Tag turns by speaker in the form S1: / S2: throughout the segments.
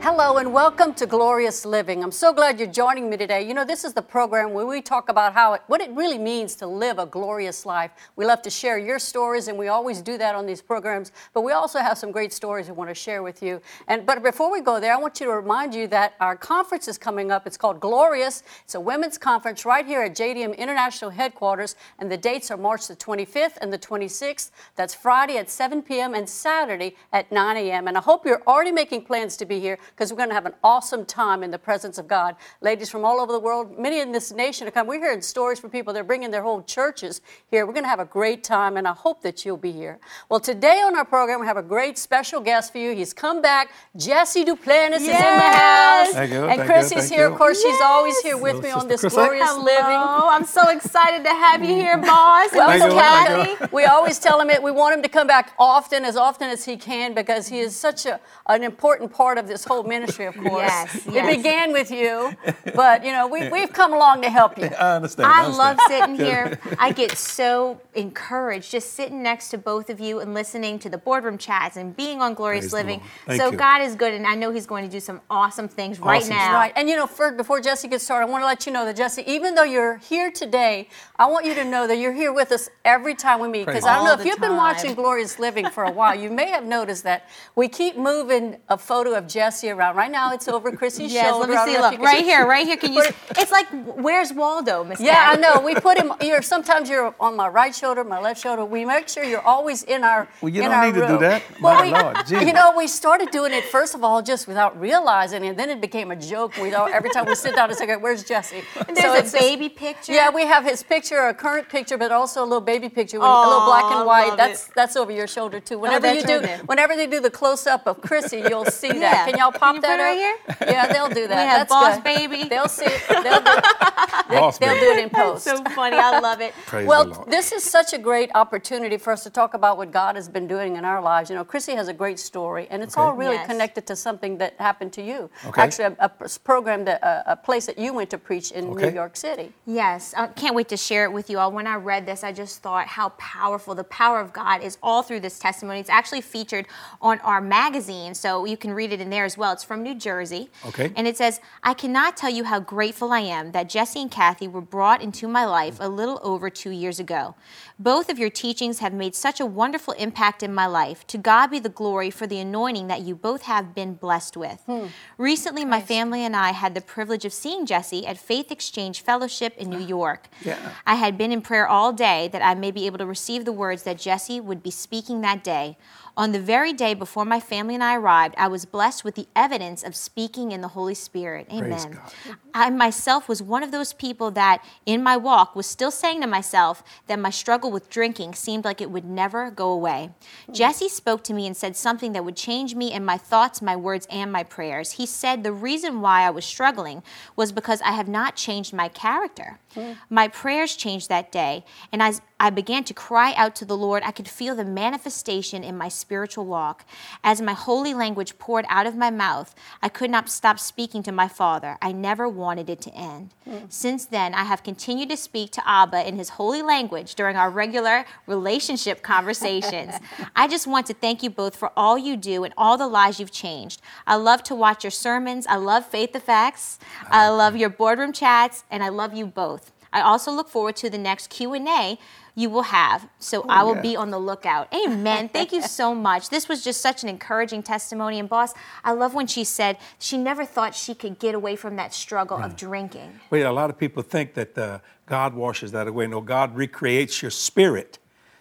S1: Hello and welcome to Glorious Living. I'm so glad you're joining me today. You know, this is the program where we talk about how it, what it really means to live a glorious life. We love to share your stories, and we always do that on these programs. But we also have some great stories we want to share with you. And but before we go there, I want you to remind you that our conference is coming up. It's called Glorious. It's a women's conference right here at JDM International Headquarters, and the dates are March the 25th and the 26th. That's Friday at 7 p.m. and Saturday at 9 a.m. And I hope you're already making plans to be here because we're going to have an awesome time in the presence of God. Ladies from all over the world, many in this nation are coming. We're hearing stories from people. They're bringing their whole churches here. We're going to have a great time, and I hope that you'll be here. Well, today on our program, we have a great special guest for you. He's come back. Jesse Duplantis is in the
S2: Yes.
S1: house.
S3: Thank you,
S1: And
S3: thank
S1: Chris
S3: you,
S1: is
S3: thank
S1: here.
S3: you.
S1: Of course, she's always here
S2: Hello,
S1: with me on
S2: Sister
S1: this
S2: Chrisette.
S1: glorious
S2: Hello.
S1: living.
S2: I'm so excited to have you here, boss.
S1: Welcome,
S3: Thank you, thank
S1: Kathy. We always tell him it. We want him to come back often, as often as he can, because he is such a, an important part of this whole ministry. Of course,
S2: Yes,
S1: it
S2: yes.
S1: began with you, but you know we, we've come along to help you.
S3: I understand.
S2: I love
S3: understand.
S2: sitting here. I get so encouraged just sitting next to both of you and listening to the boardroom chats and being on Glorious
S3: Praise the
S2: Living.
S3: Lord. Thank
S2: So
S3: you.
S2: God is good, and I know He's going to do some awesome things right
S3: Awesome
S2: now.
S1: Right, and you know, for, before Jesse gets started, I want to let you know that Jesse, even though you're here today, I want you to know that you're here with us every time we meet. Because
S3: Praise
S1: I don't
S2: All
S1: know if
S2: the
S1: you've been
S2: time.
S1: watching Glorious Living for a while, you may have noticed that we keep moving a photo of Jesse around. Right now, it's over Chrissy's
S2: Yes,
S1: shoulder.
S2: let me
S1: I don't
S2: see.
S1: know if
S2: Look,
S1: you can-
S2: right here, right here. Can you? It's like, where's Waldo, Miss?
S1: Yeah, I
S2: Kathy?
S1: know. We put him. You're sometimes you're on my right shoulder, my left shoulder. We make sure you're always in our.
S3: Well, you
S1: in
S3: don't
S1: our
S3: need to do
S1: room.
S3: that.
S1: Well,
S3: My
S1: we,
S3: Lord,
S1: you
S3: Jesus.
S1: know, we started doing it first of all just without realizing, and then it became a joke. We all- every time we sit down, it's like, "Where's Jesse?" And
S2: There's a baby picture.
S1: yeah, we have his picture, a current picture, but also a little baby picture, with a little black
S2: Aw,
S1: and white.
S2: love Oh,
S1: That's that's over your shoulder too. Whenever you
S2: that's
S1: do,
S2: right there.
S1: whenever they do the close up of Chrissy, you'll see
S2: Yeah.
S1: that. Can y'all
S2: Can
S1: pop
S2: you
S1: that
S2: put it right
S1: up? here? Yeah, they'll do that.
S2: have
S1: that's
S2: boss
S1: good.
S2: baby.
S1: They'll see it. They'll do it,
S3: Boss
S1: they'll
S3: baby.
S1: do it in post.
S2: So funny. I love it.
S3: Praise
S1: well,
S3: the Lord.
S1: this is such a great opportunity for us to talk about what God has been doing in our lives. You know, Chrissy has a great story, and it's
S3: Okay.
S1: all really
S2: Yes.
S1: connected to something that happened to you.
S3: Okay.
S1: Actually, a, a pr- program that uh, a, a place that you went to preach in New
S3: Okay.
S1: York City.
S2: Yes, I can't wait to share it with you all. When I read this, I just thought how powerful the power of God is all through this testimony. It's actually featured on our magazine, so you can read it in there as well. It's from New Jersey.
S3: Okay.
S2: And it says, I cannot tell you how grateful I am that Jesse and Kathy were brought into my life a little over two years ago. Both of your teachings have made such a wonderful impact in my life. To God be the glory for the anointing that you both have been blessed with. Recently, my family and I had the privilege of seeing Jesse at Faith Exchange Fellowship in New York.
S3: Yeah.
S2: I had been in prayer all day that I may be able to receive the words that Jesse would be speaking that day. On the very day before my family and I arrived, I was blessed with the evidence of speaking in the Holy Spirit.
S3: Praise
S2: Amen.
S3: God.
S2: I myself was one of those people that, in my walk, was still saying to myself that my struggle with drinking seemed like it would never go away. Jesse spoke to me and said something that would change me in my thoughts, my words, and my prayers. He said the reason why I was struggling was because I have not changed my character. My prayers changed that day, and as I began to cry out to the Lord, I could feel the manifestation in my spiritual walk. As my holy language poured out of my mouth, I could not stop speaking to my Father. I never wanted it to end. Since then, I have continued to speak to Abba in his holy language during our regular relationship conversations. I just want to thank you both for all you do and all the lives you've changed. I love to watch your sermons. I love Faith Effects. I love your boardroom chats, and I love you both. I also look forward to the next Q&A you will have. So I will
S3: yeah.
S2: be on the lookout. Amen. Thank you so much. This was just such an encouraging testimony and boss, I love when she said she never thought she could get away from that struggle of drinking.
S3: Well, yeah, a lot of people think that uh, God washes that away. No, God recreates your spirit.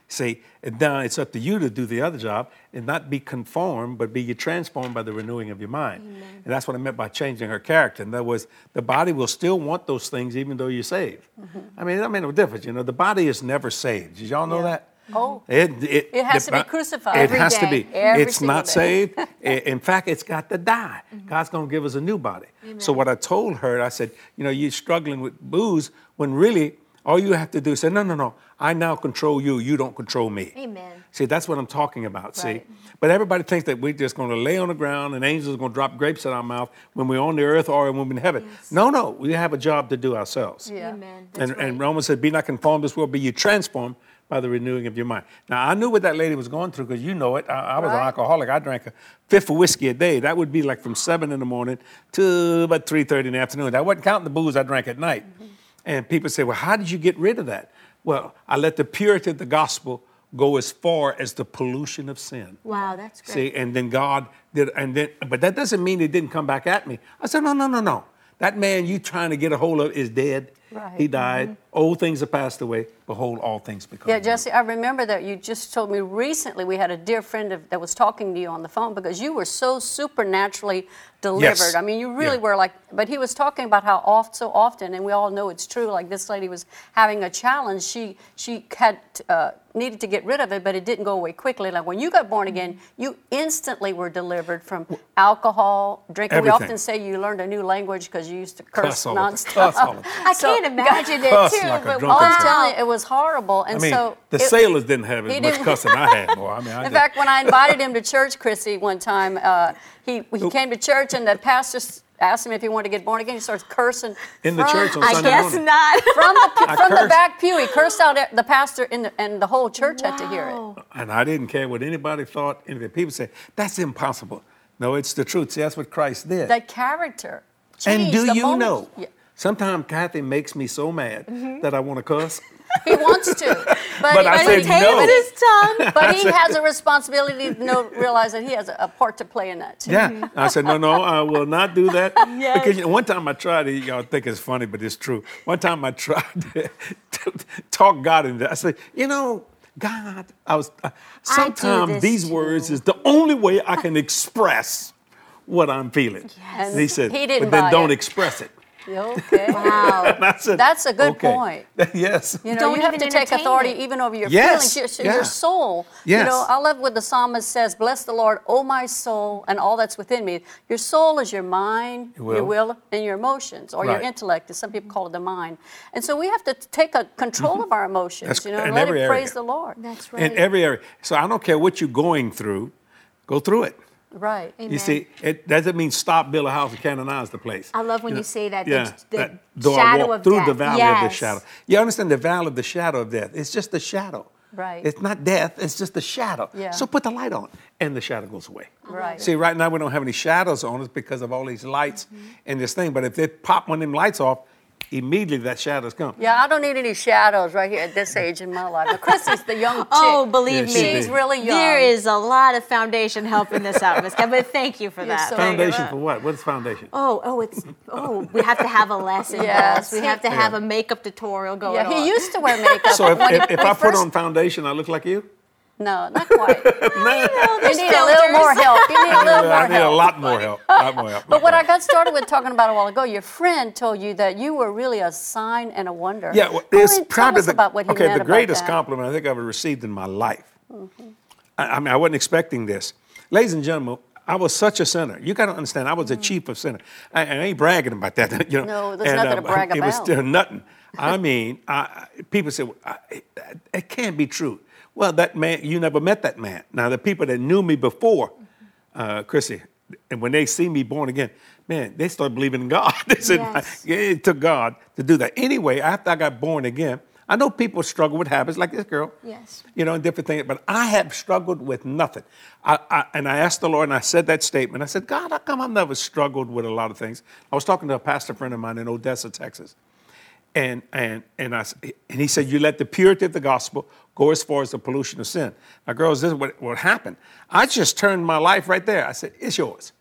S3: See, and now it's up to you to do the other job and not be conformed, but be transformed by the renewing of your mind. And that's what I meant by changing her character. In other words, the body will still want those things even though you're saved.
S1: Mm-hmm.
S3: I mean, it don't make no difference. You know, the body is never saved. Did y'all know that?
S1: Oh.
S3: It, it,
S1: It has
S3: the
S1: to be
S3: bi-
S1: crucified.
S3: It
S1: Every
S3: has to
S2: day.
S3: be.
S1: Every
S3: it's not
S1: single day. Mm-hmm.
S3: saved. saved. I- In fact, it's got to die. God's going to give us a new body. So what I told her, I said, you know, you're struggling with booze when really All you have to do is say, no, no, no, I now control you, you don't control me.
S2: Amen.
S3: See, that's what I'm talking about, see?
S1: Right.
S3: But everybody thinks that we're just gonna lay on the ground and angels are gonna drop grapes in our mouth when we're on the earth or when we're in heaven. No, no, we have a job to do ourselves.
S1: Yeah.
S2: Amen. That's
S3: And,
S2: right.
S3: and Romans said, Be not conformed to this world, but you transformed by the renewing of your mind. Now, I knew what that lady was going through because you know it. I, I was an
S1: Right.
S3: alcoholic. I drank a fifth of whiskey a day. That would be like from 7 in the morning to about 3.30 in the afternoon. That wasn't counting the booze I drank at night.
S2: Mm-hmm.
S3: And people say, Well, how did you get rid of that? Well, I let the purity of the gospel go as far as the pollution of sin.
S2: wow, that's great.
S3: See, and then God did, and then, but that doesn't mean it didn't come back at me. I said, no, no, no, no. That man you trying to get a hold of is dead.
S1: Right. Mm-hmm.
S3: He died. Old things have passed away. Behold, all things become.
S1: Yeah,
S3: new.
S1: Jesse, I remember that you just told me recently we had a dear friend of, that was talking to you on the phone because you were so supernaturally delivered.
S3: Yes.
S1: I mean, you really
S3: Yeah.
S1: were like, but he was talking about how oft so often, and we all know it's true. Like this lady was having a challenge; she she had uh, needed to get rid of it, but it didn't go away quickly. Like when you got
S3: Mm-hmm.
S1: born again, you instantly were delivered from alcohol, drinking. We
S3: Everything.
S1: often say you learned a new language because you used to curse,
S3: Cuss all the-
S1: nonstop.
S3: cuss all the time.
S2: I
S1: So-
S2: can't imagine it
S3: Cuss
S2: too,
S3: like a
S2: but
S1: Oh,
S3: drunken
S1: I'm
S3: Wow.
S1: telling you, it was horrible. And
S3: I mean,
S1: so
S3: the
S1: it-
S3: sailors didn't have as
S1: he
S3: much
S1: didn't-
S3: cussing I had, boy. I mean, I
S1: In
S3: just-
S1: fact, when I invited him to church, Chrissy, one time, uh, he, he came to church and the pastor s- asked him if he wanted to get born again. He starts cursing
S3: In the
S1: from-
S3: church on
S1: I
S2: I
S3: Sunday
S2: guess
S3: morning.
S2: not.
S1: from the pe-
S3: I
S1: from the
S3: cursed.
S1: back pew. He cursed out at the pastor in the, and the whole church had to hear
S2: Wow.
S1: it.
S3: and I didn't care what anybody thought. Anything. People say that's impossible. No, it's the truth. See, that's what Christ did.
S1: That character.
S3: and
S1: changed
S3: do
S1: the
S3: you
S1: moment-
S3: know?
S1: Yeah. Mm-hmm.
S3: Sometimes Kathy makes me so mad that I want to cuss.
S1: He wants to, but,
S3: But
S1: he-
S2: But
S3: I
S2: he
S3: said
S2: tames
S3: no.
S2: his tongue.
S1: But he has a responsibility to know, realize that he has a, a part to play in that too.
S3: Yeah. I said, no, no, I will not do that.
S2: Yes.
S3: Because you know, one time I tried to, y'all think it's funny, but it's true. One time I tried to, to talk God into I said, you know, God, I was, uh, sometimes
S2: this
S3: these
S2: too.
S3: words is the only way I can express what I'm feeling.
S2: Yes.
S3: And he said,
S1: He didn't
S3: but then
S1: buy
S3: don't
S1: it."
S3: express it.
S1: Okay.
S2: Wow.
S3: And I said,
S1: That's a good
S3: "Okay."
S1: point.
S3: yes.
S1: You know,
S2: Don't
S1: you have
S2: even
S1: to take
S2: entertain
S1: authority
S2: it.
S1: even over your
S3: Yes,
S1: feelings, your,
S3: yeah.
S1: your soul. You
S3: Yes.
S1: know, I love what the psalmist says, bless the Lord, O my soul, and all that's within me. Your soul is your mind,
S3: Your will.
S1: your will, and your emotions, or your
S3: Right.
S1: intellect, as some people call it the mind. And so we have to take a control of our emotions,
S3: Mm-hmm. That's-
S1: you know, and
S3: in
S1: let it
S3: every area.
S1: praise the Lord.
S2: That's right.
S3: In every area. So I don't care what you're going through, go through it.
S1: right.
S2: Amen.
S3: You see, it doesn't mean stop, build a house, and canonize the place.
S2: I love when
S3: know,
S2: you say that, the-
S3: Yeah,
S2: the
S3: though I
S2: shadow
S3: walk
S2: of
S3: through the
S2: death.
S3: valley of
S2: Yes.
S3: the shadow. You understand the valley of the shadow of death? It's just the shadow.
S1: Right.
S3: It's not death. It's just the shadow.
S1: Yeah.
S3: So put the light on, and the shadow goes away.
S1: Right.
S3: See, right now we don't have any shadows on us because of all these lights and this thing. But if they pop one of them lights off, immediately that shadow's gone.
S1: Yeah, I don't need any shadows right here at this age in my life. But Chrissy's the young chick.
S2: Oh, believe
S3: Yeah,
S2: me,
S3: she's She's big.
S1: really
S2: There
S1: young.
S2: is a lot of foundation helping this out, Miss Kevin. But thank you for
S1: You're
S2: that.
S1: so
S2: Thank you.
S3: Foundation for what? What is foundation?
S2: Oh, oh, it's oh, we have to have a lesson.
S1: Yes.
S2: yes, we have to have a makeup tutorial going
S1: Yeah,
S2: on.
S1: he used to wear makeup.
S3: So if,
S1: When he-
S3: if, if
S1: when he
S3: I put
S1: first-
S3: on foundation, I look like you?
S1: No, not quite.
S3: no.
S1: you need a little more help. You need a little more
S3: I need a
S1: help.
S3: lot more help. lot more help.
S1: But what I got started with talking about a while ago, your friend told you that you were really a sign and a wonder.
S3: Yeah, well,
S1: Go
S3: it's
S1: ahead, tell
S3: probably
S1: us
S3: the,
S1: about what he
S3: okay,
S1: meant
S3: the
S1: about
S3: greatest
S1: that. Mm-hmm.
S3: compliment I think I've ever received in my life. I, I mean, I wasn't expecting this. Ladies and gentlemen, I was such a sinner. You got to understand, I was a chief of sinner. I, I ain't bragging about that. You know,
S1: Mm.
S3: uh,
S1: No, there's nothing to brag
S3: It was
S1: about.
S3: still nothing. I mean, I, I- people say, well, I, it, it can't be true. Well, that man, you never met that man. Now, the people that knew me before,
S1: Mm-hmm.
S3: uh, Chrissy, and when they see me born again, man, they start believing in God. they said,
S2: Yes.
S3: yeah, it took God to do that. Anyway, after I got born again, I know people struggle with habits like this girl.
S2: Yes.
S3: You know, and different things, but I have struggled with nothing. I, I, and I asked the Lord, and I said that statement. I said, God, how come I've never struggled with a lot of things? I was talking to a pastor friend of mine in Odessa, Texas. And, and, and, I, s- and he said, You let the purity of the gospel go as far as the pollution of sin. Now, girls, this is what, what happened. I just turned my life right there. I said, It's yours.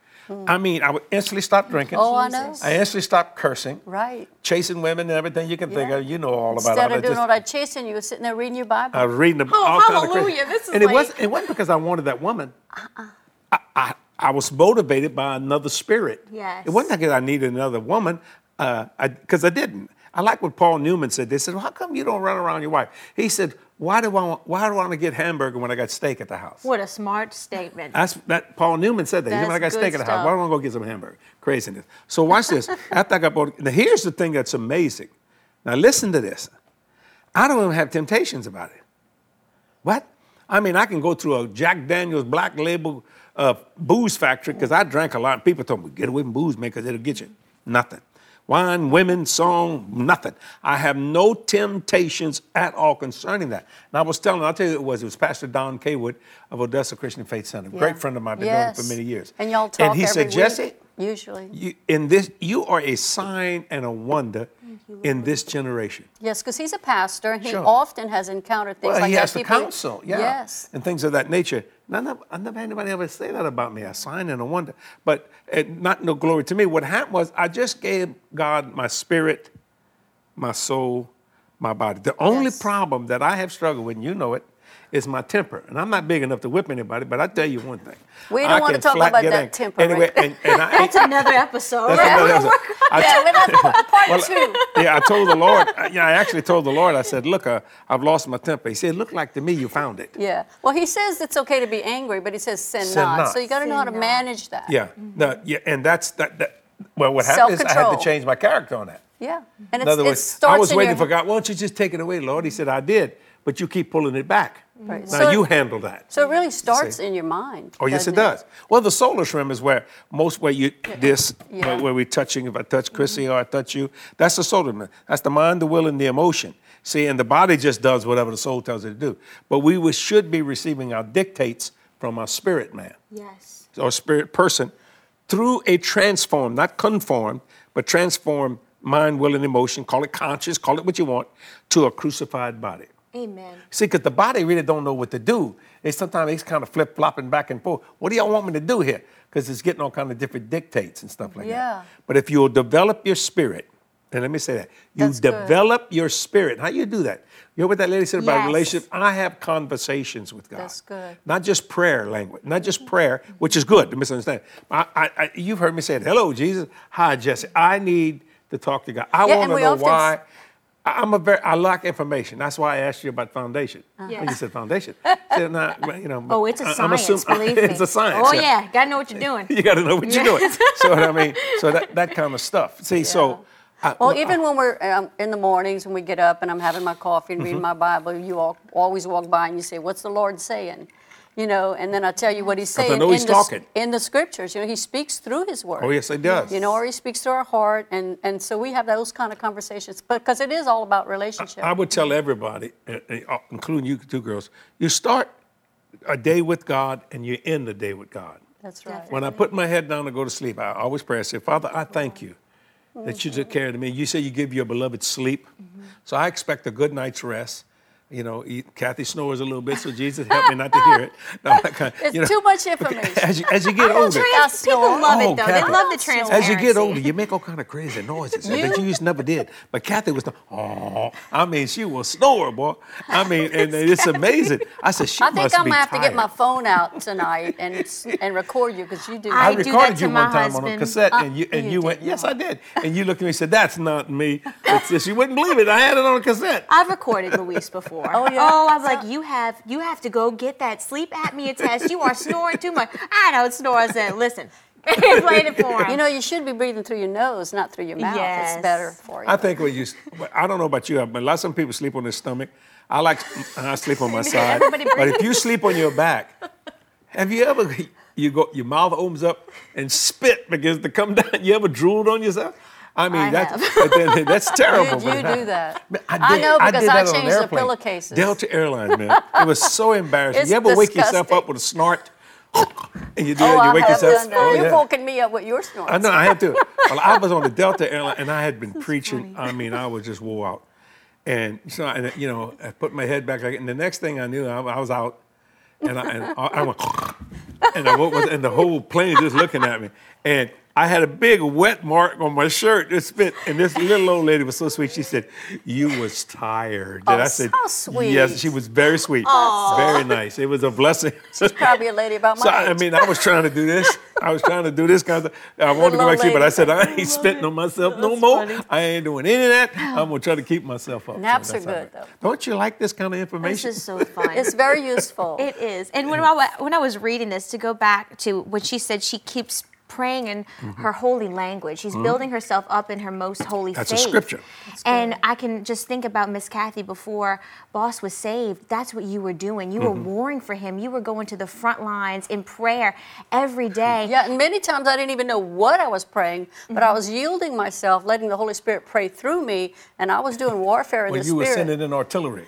S3: I mean, I would instantly stop drinking.
S1: Hmm. Oh, I know.
S3: I instantly stopped cursing,
S1: Right.
S3: chasing women and everything you can think
S1: Yeah.
S3: of. You know all about
S1: Instead
S3: all
S1: of
S3: that.
S1: doing
S3: Just-
S1: all that chasing, you were sitting there reading your Bible.
S3: I was reading them
S2: Oh,
S3: all kinds of crazy-
S2: hallelujah, this is
S3: And it
S2: like-
S3: wasn't, it wasn't because I wanted that woman. I, I, I was motivated by another spirit.
S2: Yes.
S3: It wasn't because I needed another woman, because I, 'cause I didn't. I like what Paul Newman said. They said, well, how come you don't run around your wife? He said, why do I want, why do I want to get hamburger when I got steak at the house?
S2: What a smart statement.
S3: That's that Paul Newman said that. He said,
S2: That's
S3: when I got
S2: good
S3: steak at the house,
S2: stuff.
S3: why don't I go get some hamburger? Craziness. So watch this. After I got born, now here's the thing that's amazing. Now listen to this. I don't even have temptations about it. What? I mean, I can go through a Jack Daniels black label uh, booze factory because I drank a lot. People told me, get away from booze, man, because it'll get you. Nothing. Wine, women, song, nothing. I have no temptations at all concerning that. And I was telling, I'll tell you who it was. It was Pastor Don Kaywood of Odessa Christian Faith Center. Great friend of mine, been
S1: yes.
S3: doing it for many years.
S1: And y'all talk
S3: And he
S1: every
S3: said,
S1: week,
S3: Jesse,
S1: Usually.
S3: you, in this, you are a sign and a wonder in this generation.
S1: Yes, because he's a pastor. He
S3: Sure.
S1: often has encountered things
S3: Well,
S1: like
S3: he
S1: that.
S3: has to
S1: People-
S3: counsel, yeah,
S1: Yes.
S3: and things of that nature. None of, I've never had anybody ever say that about me. A sign and a wonder, but eh, not no glory to me. What happened was I just gave God my spirit, my soul, my body. The only
S1: Yes.
S3: problem that I have struggled with, and you know it, is my temper. And I'm not big enough to whip anybody, but I tell you one thing.
S1: We don't
S3: I
S1: wanna
S3: can
S1: talk
S3: flat
S1: about
S3: get
S1: that
S3: angry.
S1: temper right
S3: Anyway,
S1: there.
S3: and, and I,
S2: That's another episode.
S3: that's
S1: Yeah,
S3: another
S1: we're
S3: episode. I-
S1: yeah, we're not part
S3: well,
S1: two.
S3: yeah, I told the Lord. uh, Yeah, I actually told the Lord. I said, "Look, uh, I've lost my temper." He said, "Look like to me, you found it."
S1: Yeah. Well, he says it's okay to be angry, but he says sin,
S3: Sin
S1: not.
S3: not.
S1: So you got to know how to manage that.
S3: Yeah, the- yeah, and that's that. that well, what happened is I had
S1: Mm-hmm. Self-control.
S3: to change my character on that.
S1: Yeah. And
S3: In
S1: it's,
S3: other
S1: it
S3: words,
S1: starts
S3: I was
S1: in
S3: waiting
S1: your,
S3: for God. Why don't you just take it away, Lord? He said, "I did, but you keep pulling it back.
S1: Right.
S3: Now
S1: So-
S3: you handle that."
S1: So it really starts
S3: See?
S1: in your mind.
S3: Oh yes, it
S1: doesn't
S3: does. Well, the solar shrimp is where most where you this
S1: Yeah. Mm-hmm.
S3: where, where we touching. If I touch Chrissy or I touch you, that's the solar shrimp. That's the mind, the will, and the emotion. See, and the body just does whatever the soul tells it to do. But we was- should be receiving our dictates from our spirit man
S2: Yes.
S3: or spirit person through a transform, not conform, but transform mind, will, and emotion. Call it conscious. Call it what you want to a crucified body.
S2: Amen.
S3: See, because the body really don't know what to do. They sometimes it's kind of flip flopping back and forth. What do y'all want me to do here? Because it's getting all kind of different dictates and stuff like
S1: Yeah.
S3: that. But if you'll develop your spirit, and let me say that you
S1: That's good.
S3: develop your spirit. How you do that? You know what that lady said about
S2: Yes.
S3: relationship? I have conversations with God.
S1: That's good.
S3: Not just prayer language, not just prayer, which is good. Don't misunderstand. I, I, I, you've heard me say it. Hello, Jesus. Hi, Jesse. I need to talk to God. I
S1: Yeah,
S3: want
S1: and
S3: to
S1: we
S3: know
S1: often
S3: why. I- I'm a very I like information. That's why I asked you about foundation.
S2: Uh-huh. Yeah.
S3: When you said foundation, I said, "Nah, well, you know,
S2: Oh, it's a
S3: I- I'm
S2: science,
S3: assuming-
S2: believe me.
S3: It's a science.
S2: Oh, yeah. Gotta know what you're doing.
S3: You got to know what you're doing. So what I mean, so that that kind of stuff. See, so I,
S1: Well, even when we're um, in the mornings when we get up and I'm having my coffee and reading my
S3: Mm-hmm.
S1: Bible, you all always walk by and you say, "What's the Lord saying?" You know, and then I tell you what He's
S3: I
S1: saying
S3: know
S1: in,
S3: He's
S1: the, s-
S3: talking.
S1: in the scriptures. You know, He speaks through His word.
S3: Oh, yes, He does.
S1: You know, or He speaks through our heart, and and so we have those kind of conversations, because it is all about relationship.
S3: I would tell everybody, uh, uh, including you two girls, you start a day with God and you end the day with God.
S1: That's right.
S3: When I put my head down to go to sleep, I always pray. I say, Father, I thank you that you took care of me. You say you give your beloved sleep. So I expect a good night's rest. You know, e- Kathy snores a little bit, so Jesus help me not to hear it. No, I kinda-
S1: It's
S3: you know,
S1: too much information.
S3: As you, as you get older,
S1: Trans-
S2: People love
S3: Oh,
S2: it, though. They
S3: Kathy.
S2: love the
S3: as
S2: transparency.
S3: you get older, you make all kind of crazy noises that you used to never did. But Kathy was the, oh, I mean, she was snore, boy. I mean, and it's amazing. I said, she
S1: I think
S3: must
S1: I'm
S3: be
S1: gonna have to get
S3: tired."
S1: my phone out tonight and s- and record you because you do.
S2: I
S3: I,
S2: do that
S3: recorded
S2: to
S3: you one
S2: my
S3: time on a
S2: husband. Uh,
S3: cassette, and you and
S1: you
S3: you,
S1: did
S3: went, "Yes,
S1: not.
S3: I did." And you looked at me and said, "That's not me." It's just, you wouldn't believe it. I had it on a cassette.
S2: I've recorded Luis before. Oh
S1: yeah?
S2: Oh, I'm like, you have you have to go get that sleep apnea test. You are snoring too much. I don't snore. I said, listen, played it for him.
S1: You know, you should be breathing through your nose, not through your mouth. It's
S2: Yes.
S1: better for you.
S3: I think when you, but I don't know about you, but a lot of some people sleep on their stomach. I like I sleep on my side,
S2: Everybody
S3: but if you sleep on your back, have you ever you go your mouth opens up and spit begins to come down? You ever drooled on yourself? I mean,
S2: I
S3: that's but then- that's terrible.
S1: Did you
S3: but-
S1: do that?
S3: Man,
S1: I know because
S3: did
S1: I
S3: that on an
S1: changed the
S3: airplane.
S1: pillowcases.
S3: Delta Airlines, man. It was so embarrassing.
S1: It's
S3: you ever wake yourself
S1: disgusting.
S3: up with a snort? And you do
S1: Oh,
S3: it, you
S1: I
S3: wake
S1: have
S3: yourself
S1: done that.
S3: Oh,
S1: You're
S3: yeah.
S1: woken me up with your snorts.
S3: I know, I had to. Well, I was on the Delta airline and I had been preaching. I mean, I was just wore out. And so, and, you know, I put my head back, like- and the next thing I knew, I, I was out. And I, and I, I went, and I woke, up, and the whole plane just looking at me. And I had a big wet mark on my shirt. It spit, and this little old lady was so sweet. She said, "You was tired." and
S1: Oh,
S3: I said,
S1: how sweet.
S3: Yes, she was very sweet, very nice. It was a blessing.
S1: She's probably a lady about my
S3: So I
S1: age.
S3: mean, I was trying to do this. I was trying to do this kind of. I wanted to go
S1: little
S3: back to you, but I
S1: lady.
S3: said I ain't spitting on myself no more. I ain't doing any of that. I'm gonna try to keep myself up. So
S1: Naps are
S3: that's all
S1: good,
S3: right.
S1: though.
S3: Don't you like this kind of
S2: this
S3: information?
S2: is so fun.
S1: it's very useful.
S2: It is. And when I, wa- when I was reading this, to go back to when she said she keeps praying in
S3: Mm-hmm.
S2: her holy language. She's building herself up in her most holy
S3: That's a
S2: faith.
S3: scripture.
S2: And I can just think about Miss Kathy before Boss was saved. That's what you were doing. You were
S3: Mm-hmm.
S2: warring for him. You were going to the front lines in prayer every day.
S3: Mm-hmm.
S1: Yeah, and many times I didn't even know what I was praying, but I was yielding myself, letting the Holy Spirit pray through me, and I was doing warfare in
S3: When
S1: the
S3: you were
S1: spirit.
S3: sending in artillery.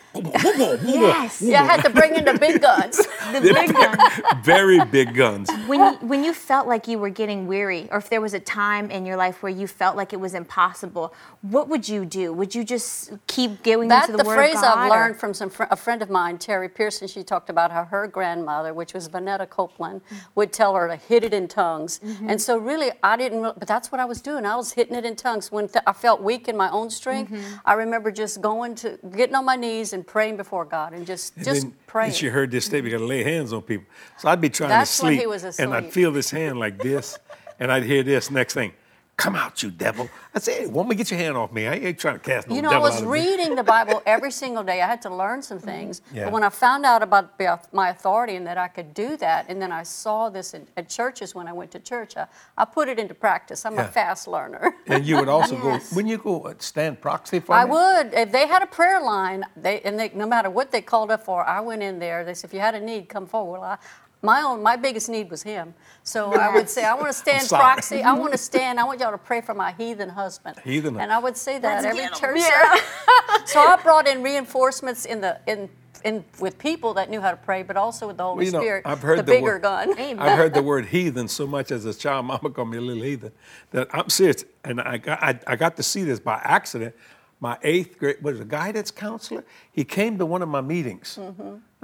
S2: Yes.
S1: yeah, I had to bring in the big guns.
S2: The big one.
S3: Very big guns.
S2: When you, when you felt like you were getting weary, or if there was a time in your life where you felt like it was impossible, what would you do? Would you just keep going
S1: That's
S2: into
S1: the,
S2: the, Word
S1: phrase
S2: of God?
S1: I've
S2: or-
S1: learned from some fr- a friend of mine, Terry Pearson. She talked about how her grandmother, which was Vanetta Copeland,
S2: Mm-hmm.
S1: would tell her to hit it in tongues. And so, really, I didn't. Re- but that's what I was doing. I was hitting it in tongues. When th- I felt weak in my own strength,
S2: Mm-hmm.
S1: I remember just going to getting on my knees and praying before God and just
S3: And
S1: just
S3: then,
S1: praying.
S3: And she heard this statement, you got to lay hands on people. So I'd be trying to
S1: That's when
S3: sleep.
S1: he was
S3: And I'd
S1: asleep.
S3: feel this hand like this, and I'd hear this next thing. Come out, you devil. I say, hey, woman, get your hand off me. I ain't trying to cast no
S1: You know, I
S3: devil
S1: was
S3: out of me."
S1: reading the Bible every single day. I had to learn some things.
S3: Yeah.
S1: But when I found out about the- uh, my authority and that I could do that, and then I saw this in, at churches when I went to church, I, I put it into practice. I'm
S3: Yeah.
S1: a fast learner.
S3: And you would also
S2: Yes.
S3: go, when you go uh, stand proxy for
S1: I
S3: me?
S1: would. If they had a prayer line, they and they, no matter what they called up for, I went in there. They said, if you had a need, come forward. Well, I, my own, my biggest need was him. So I would say, I want to stand
S3: sorry.
S1: proxy. I want to stand. I want y'all to pray for my heathen husband.
S3: Heathen.
S1: And I would say that
S2: Let's
S1: every
S2: get 'em.
S1: church. so I brought in reinforcements in the in. In, with people that knew how to pray, but also with the Holy
S3: Well, you know,
S1: Spirit,
S3: I've heard
S1: the,
S3: the
S1: bigger
S3: word-
S1: gun.
S3: I've heard the word heathen so much as a child. Mama called me a little heathen. That I'm serious, and I got I, I got to see this by accident. My eighth grade was a guidance counselor. He came to one of my meetings.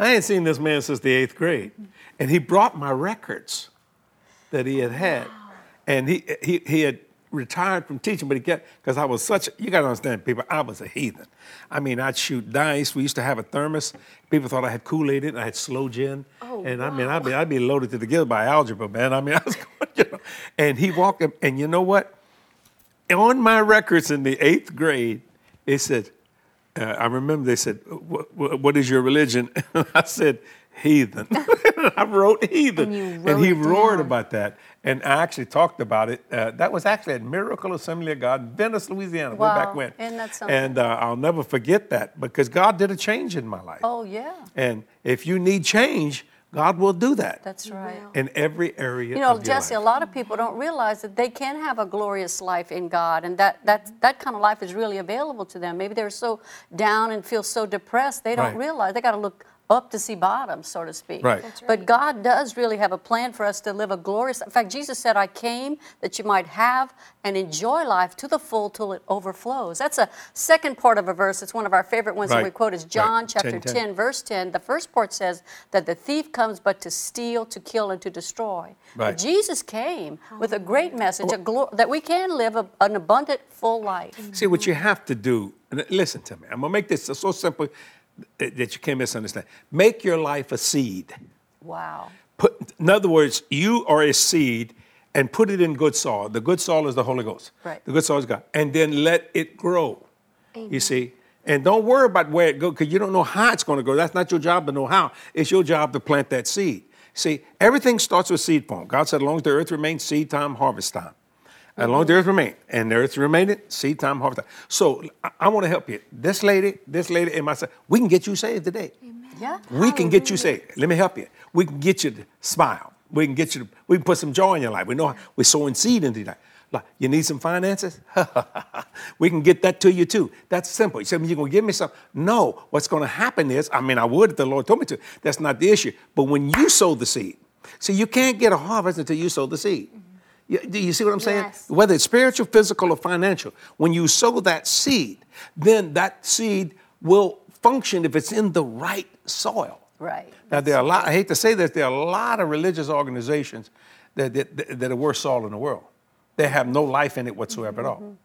S3: I ain't seen this man since the eighth grade, and he brought my records that he had had, and he he he had retired from teaching, but he kept because I was such. You got to understand, people. I was a heathen. I mean, I'd shoot dice. We used to have a thermos. People thought I had Kool Aid in. it. I had sloe gin. Oh, and I mean, I'd be I'd be loaded to the gills by algebra, man. I mean, I was going. You know, and he walked up, and you know what? On my records in the eighth grade, it said. Uh, I remember they said, "What- what, what is your religion? And I said, heathen. I wrote heathen.
S2: you
S3: and he
S2: wrote it
S3: roared
S2: down.
S3: about that. And I actually talked about it. Uh, that was actually at Miracle Assembly of God, Venice, Louisiana, way back
S1: Wow.
S3: when.
S1: Isn't that something?
S3: and uh, I'll never forget that because God did a change in my life.
S1: Oh yeah,
S3: And if you need change, God will do that
S1: that's right.
S3: in every area
S1: You know,
S3: of your
S1: Jesse,
S3: life.
S1: a lot of people don't realize that they can have a glorious life in God, and that that that kind of life is really available to them. Maybe they're so down and feel so depressed they don't
S3: Right.
S1: realize they got to look up to see bottom, so to speak.
S3: Right. That's
S1: But God does really have a plan for us to live a glorious. In fact, Jesus said, "I came that you might have and enjoy life to the full till it overflows." That's a second part of a verse. It's one of our favorite ones that we
S3: Right.
S1: quote. Is
S3: Right.
S1: John
S3: 10,
S1: chapter
S3: 10.
S1: 10 in verse 10, the first part says that the thief comes but to steal, to kill, and to destroy. But
S3: Right.
S1: Jesus came with a great message a glo- that we can live a, an abundant, full life.
S3: See, what you have to do, and listen to me, I'm going to make this so simple that that you can't misunderstand. Make your life a seed.
S1: Wow.
S3: Put, in other words, you are a seed and put it in good soil. The good soil is the Holy Ghost.
S1: Right.
S3: The good soil is God. And then let it grow. You see? And don't worry about where it goes because you don't know how it's going to grow. That's not your job to know how. It's your job to plant that seed. See, everything starts with seed form. God said, as long as the earth remains, seed time, harvest time. As long as the earth remains. And the earth remained, seed time, harvest time. So I, want to help you. This lady, this lady, and myself, we can get you saved today.
S1: Yeah.
S3: We can get you saved. Let me help you. We can get you to smile. We can get you. To, we can put some joy in your life. We know we're sowing seed into your life. Like, you need some finances? we can get that to you too. That's simple. You say, "You're gonna give me some?" No. What's gonna happen is, I mean, I would if the Lord told me to. That's not the issue. But when you sow the seed, see, you can't get a harvest until you sow the seed. You- do you see what I'm saying?
S2: Yes.
S3: Whether it's spiritual, physical, or financial, when you sow that seed, then that seed will function if it's in the right soil.
S1: Right.
S3: Now, there are a lot, I hate to say this, there are a lot of religious organizations that, that, that are worse all in the world. They have no life in it whatsoever at all.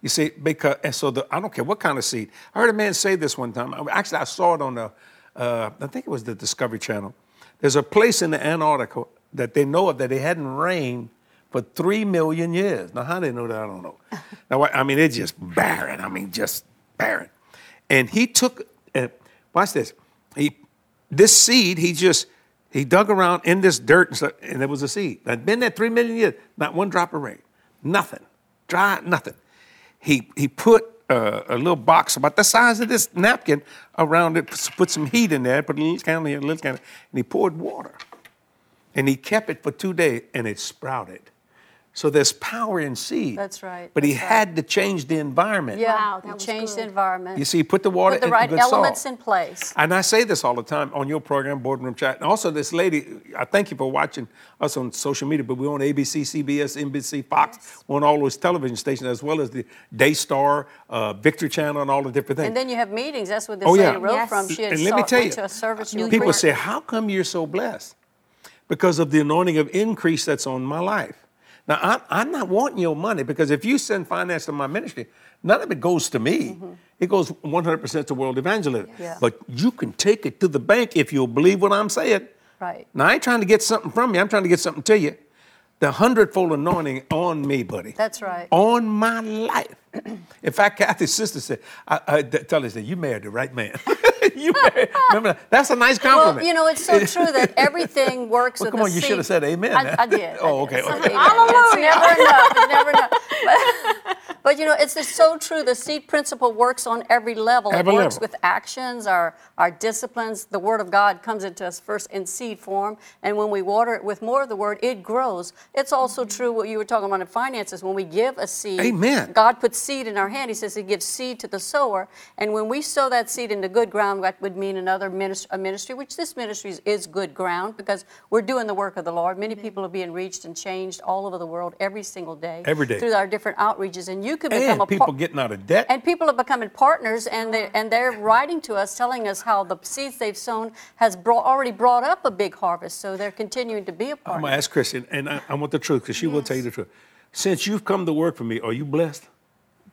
S3: You see, because, and so the, I don't care what kind of seed. I heard a man say this one time. I- Actually, I saw it on the, uh, I think it was the Discovery Channel. There's a place in the Antarctica that they know of that they hadn't rained for three million years. Now, how they know that, I don't know. now, I I mean, it's just barren. I mean, just barren. And he took, uh, watch this. He, this seed, he just He dug around in this dirt, and, stuff, and there was a seed. I'd been there three million years, not one drop of rain, nothing, dry, nothing. He he put uh, a little box about the size of this napkin around it, put some heat in there, put a little candle here, a little candle, and he poured water, and he kept it for two days, and it sprouted. So there's power in seed.
S1: That's right,
S3: But he
S1: that's right.
S3: had to change the environment.
S1: Yeah,
S4: Wow, that
S1: you
S4: was
S1: change the
S4: good.
S1: environment.
S3: You see, he put the water
S1: Put the
S3: in
S1: right
S3: good
S1: elements
S3: soil.
S1: in place.
S3: And I say this all the time on your program, Boardroom Chat. And also, this lady, I thank you for watching us on social media, but we're on ABC, CBS, NBC, Fox. We're on all those television stations, as well as the Daystar, uh, Victor Channel, and all the different things.
S1: And then you have meetings. That's what this
S3: Oh,
S1: lady
S3: yeah.
S1: wrote
S2: Yes.
S1: from. She had
S3: And let me
S1: saw-
S3: tell
S1: went
S3: you,
S1: to a service
S2: New
S1: retreat.
S3: People say, How come you're so blessed? Because of the anointing of increase that's on my life. Now, I, I'm not wanting your money because if you send finance to my ministry, none of it goes to me. It goes 100% to world evangelism.
S1: Mm-hmm. Yeah.
S3: But you can take it to the bank if you'll believe what I'm saying.
S1: Right.
S3: Now, I ain't trying to get something from you, I'm trying to get something to you. The hundredfold anointing on me, buddy
S1: That's right.
S3: on my life. In fact, Kathy's sister said, I, I t- tell her, she said, you married the right man. you married, remember that? That's a nice compliment.
S1: Well, you know, it's so true that everything works
S3: Well,
S1: with
S3: come
S1: the
S3: on, you
S1: seed.
S3: should have said amen.
S1: I, I did. I
S3: Oh,
S1: did.
S3: okay,
S1: Some
S3: okay.
S1: people- It's never enough. It's never enough. But, but, you know, it's just so true. The seed principle works on every level.
S3: Every
S1: it works
S3: level.
S1: with actions, our our disciplines. The Word of God comes into us first in seed form, and when we water it with more of the Word, it grows. It's also true what you were talking about in finances. When we give a seed,
S3: Amen.
S1: God puts seed in our hand. He says He gives seed to the sower, and when we sow that seed into good ground, that would mean another ministry, a ministry, which this ministry is, is good ground because we're doing the work of the Lord. Many people are being reached and changed all over the world every single day.
S3: Every day.
S1: through our different outreaches, and you could become
S3: and
S1: a
S3: people
S1: par-
S3: getting out of debt.
S1: and people are becoming partners, and they and they're writing to us, telling us how the seeds they've sown has brought, already brought up a big harvest. So they're continuing to be a
S3: I'm
S1: partner.
S3: going to ask Christian, and I, I want the truth because she will tell you the truth. Since you've come to work for me, are you blessed?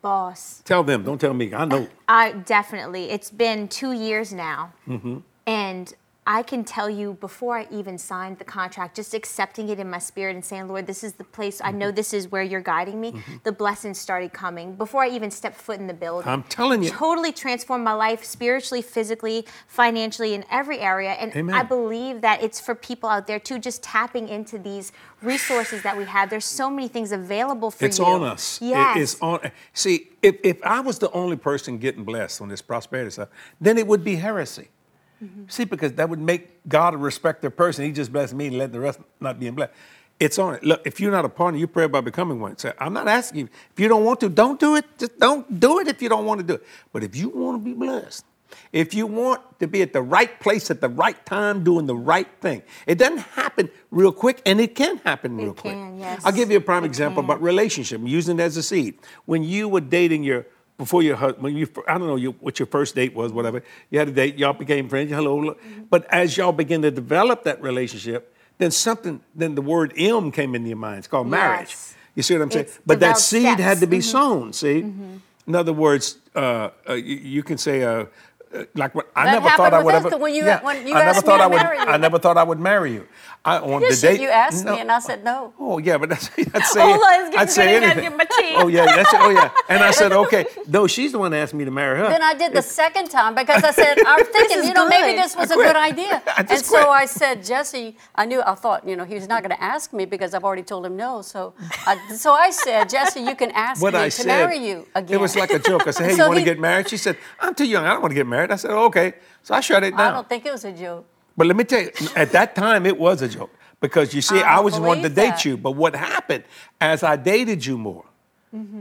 S2: Boss.
S3: Tell them, don't tell me. I know.
S2: I definitely. It's been two years now,
S3: Mm-hmm.
S2: and I can tell you before I even signed the contract, just accepting it in my spirit and saying, "Lord, this is the place. I
S3: Mm-hmm.
S2: know this is where you're guiding me." The blessings started coming before I even stepped foot in the building.
S3: I'm telling you.
S2: totally transformed my life spiritually, physically, financially, in every area. And
S3: Amen.
S2: I believe that it's for people out there too, just tapping into these resources that we have. There's so many things available for
S3: It's
S2: you.
S3: on us. It-
S2: Yes.
S3: it's on. See, if, if I was the only person getting blessed on this prosperity stuff, then it would be heresy.
S2: Mm-hmm.
S3: See, because that would make God a respected person. He just blessed me and let the rest not be in blessed. It's on it. Look, if you're not a partner, you pray about becoming one. So I'm not asking you. If you don't want to, don't do it. Just don't do it if you don't want to do it. But if you want to be blessed, if you want to be at the right place at the right time doing the right thing, it doesn't happen real quick, and it can happen real quick.
S2: can, yes.
S3: I'll give you a prime example about relationship, using it as a seed. When you were dating your before your husband, when you I don't know your, what your first date was, whatever. You had a date, y'all became friends. Hello, hello.
S1: Mm-hmm.
S3: but as y'all begin to develop that relationship, then something, then the word "m" came into your mind. It's called marriage.
S2: Yes.
S3: You see what I'm saying?
S2: It's
S3: but that
S2: developed
S3: seed had
S2: steps.
S3: to
S1: Mm-hmm.
S3: be sown. See, in other words, uh, uh, you, you can say. Uh, uh, like what, I
S1: That
S3: never thought
S1: happened
S3: I would
S1: with us,
S3: ever.
S1: the- when you-
S3: yeah,
S1: when you
S3: I never
S1: asked me
S3: thought
S1: to
S3: I would.
S1: marry you.
S3: I never thought I would marry you. I on
S1: You
S3: the
S1: said
S3: date.
S1: you asked
S3: No.
S1: me, and I said no.
S3: Oh yeah, but that's, I'd say
S2: Oh, let's get
S3: I'd say
S2: ready, I gotta get
S3: anything.
S2: my tea.
S3: Oh yeah, that's it. Oh yeah, and I said okay. No, she's the one that asked me to marry her.
S1: Then I did the second time because I said, I'm thinking,
S2: is
S1: you know, maybe
S2: good.
S1: this was
S3: I
S1: a
S3: quit.
S1: good idea.
S3: I just
S1: and so
S3: quit.
S1: I said, Jesse, I knew, I thought, you know, he's not going to ask me because I've already told him no. So I, so I said, Jesse, you can ask
S3: what
S1: me
S3: I
S1: to
S3: said,
S1: marry you again.
S3: It was like a joke. I said, hey,
S1: So
S3: you want to
S1: he-
S3: get married? She said, I'm too young. I don't want to get married. I said, oh, okay. So I shut it down.
S1: I don't think it was a joke.
S3: But let me tell you, at that time it was a joke because you see,
S1: I
S3: I,
S1: don't
S3: was just wanted to
S1: believe
S3: date
S1: that.
S3: you. But what happened as I dated you more,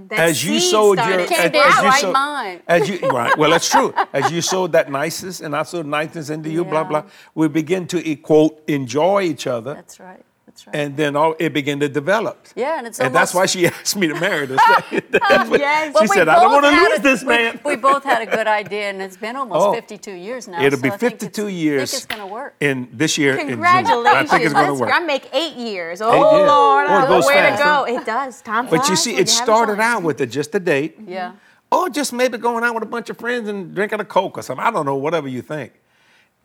S2: That
S3: as you
S2: seed
S3: sold your,
S2: started
S1: It came
S3: as,
S1: to
S3: as
S1: our
S3: you
S1: right
S3: sold,
S1: mind.
S3: as you right, well, that's true. As you sold that niceness and I sold niceness into you, blah
S1: Yeah.
S3: blah. We begin to eh, quote enjoy each other,
S1: That's right. That's right.
S3: and then all it began to develop.
S1: Yeah, and it's
S3: and that's
S1: almost- Oh,
S3: why she asked me to marry this. That's what-
S2: Yes.
S3: she
S1: Well, we
S3: said, "I don't
S1: both
S3: want
S1: had
S3: to
S1: a-
S3: lose this
S1: we-
S3: man."
S1: We both had a good idea, and it's been almost
S3: Oh.
S1: 52 years now.
S3: It'll
S1: so
S3: be
S1: I think it's-
S3: 52 years.
S1: I think it's going to work.
S3: In this year, in June.
S2: Congratulations.
S3: I think it's going to
S2: That's
S3: work.
S2: great. I make eight years. Oh,
S3: Eight years.
S2: Lord.
S3: Well, it
S2: I
S3: goes
S2: way
S3: fast,
S2: to
S3: huh?
S2: go. It does. Time
S3: But you
S2: flies
S3: see,
S2: when
S3: it
S2: you're having
S3: started
S2: fun.
S3: out with a, just a date.
S1: Yeah.
S3: Or just maybe going out with a bunch of friends and drinking a Coke or something. I don't know, whatever you think.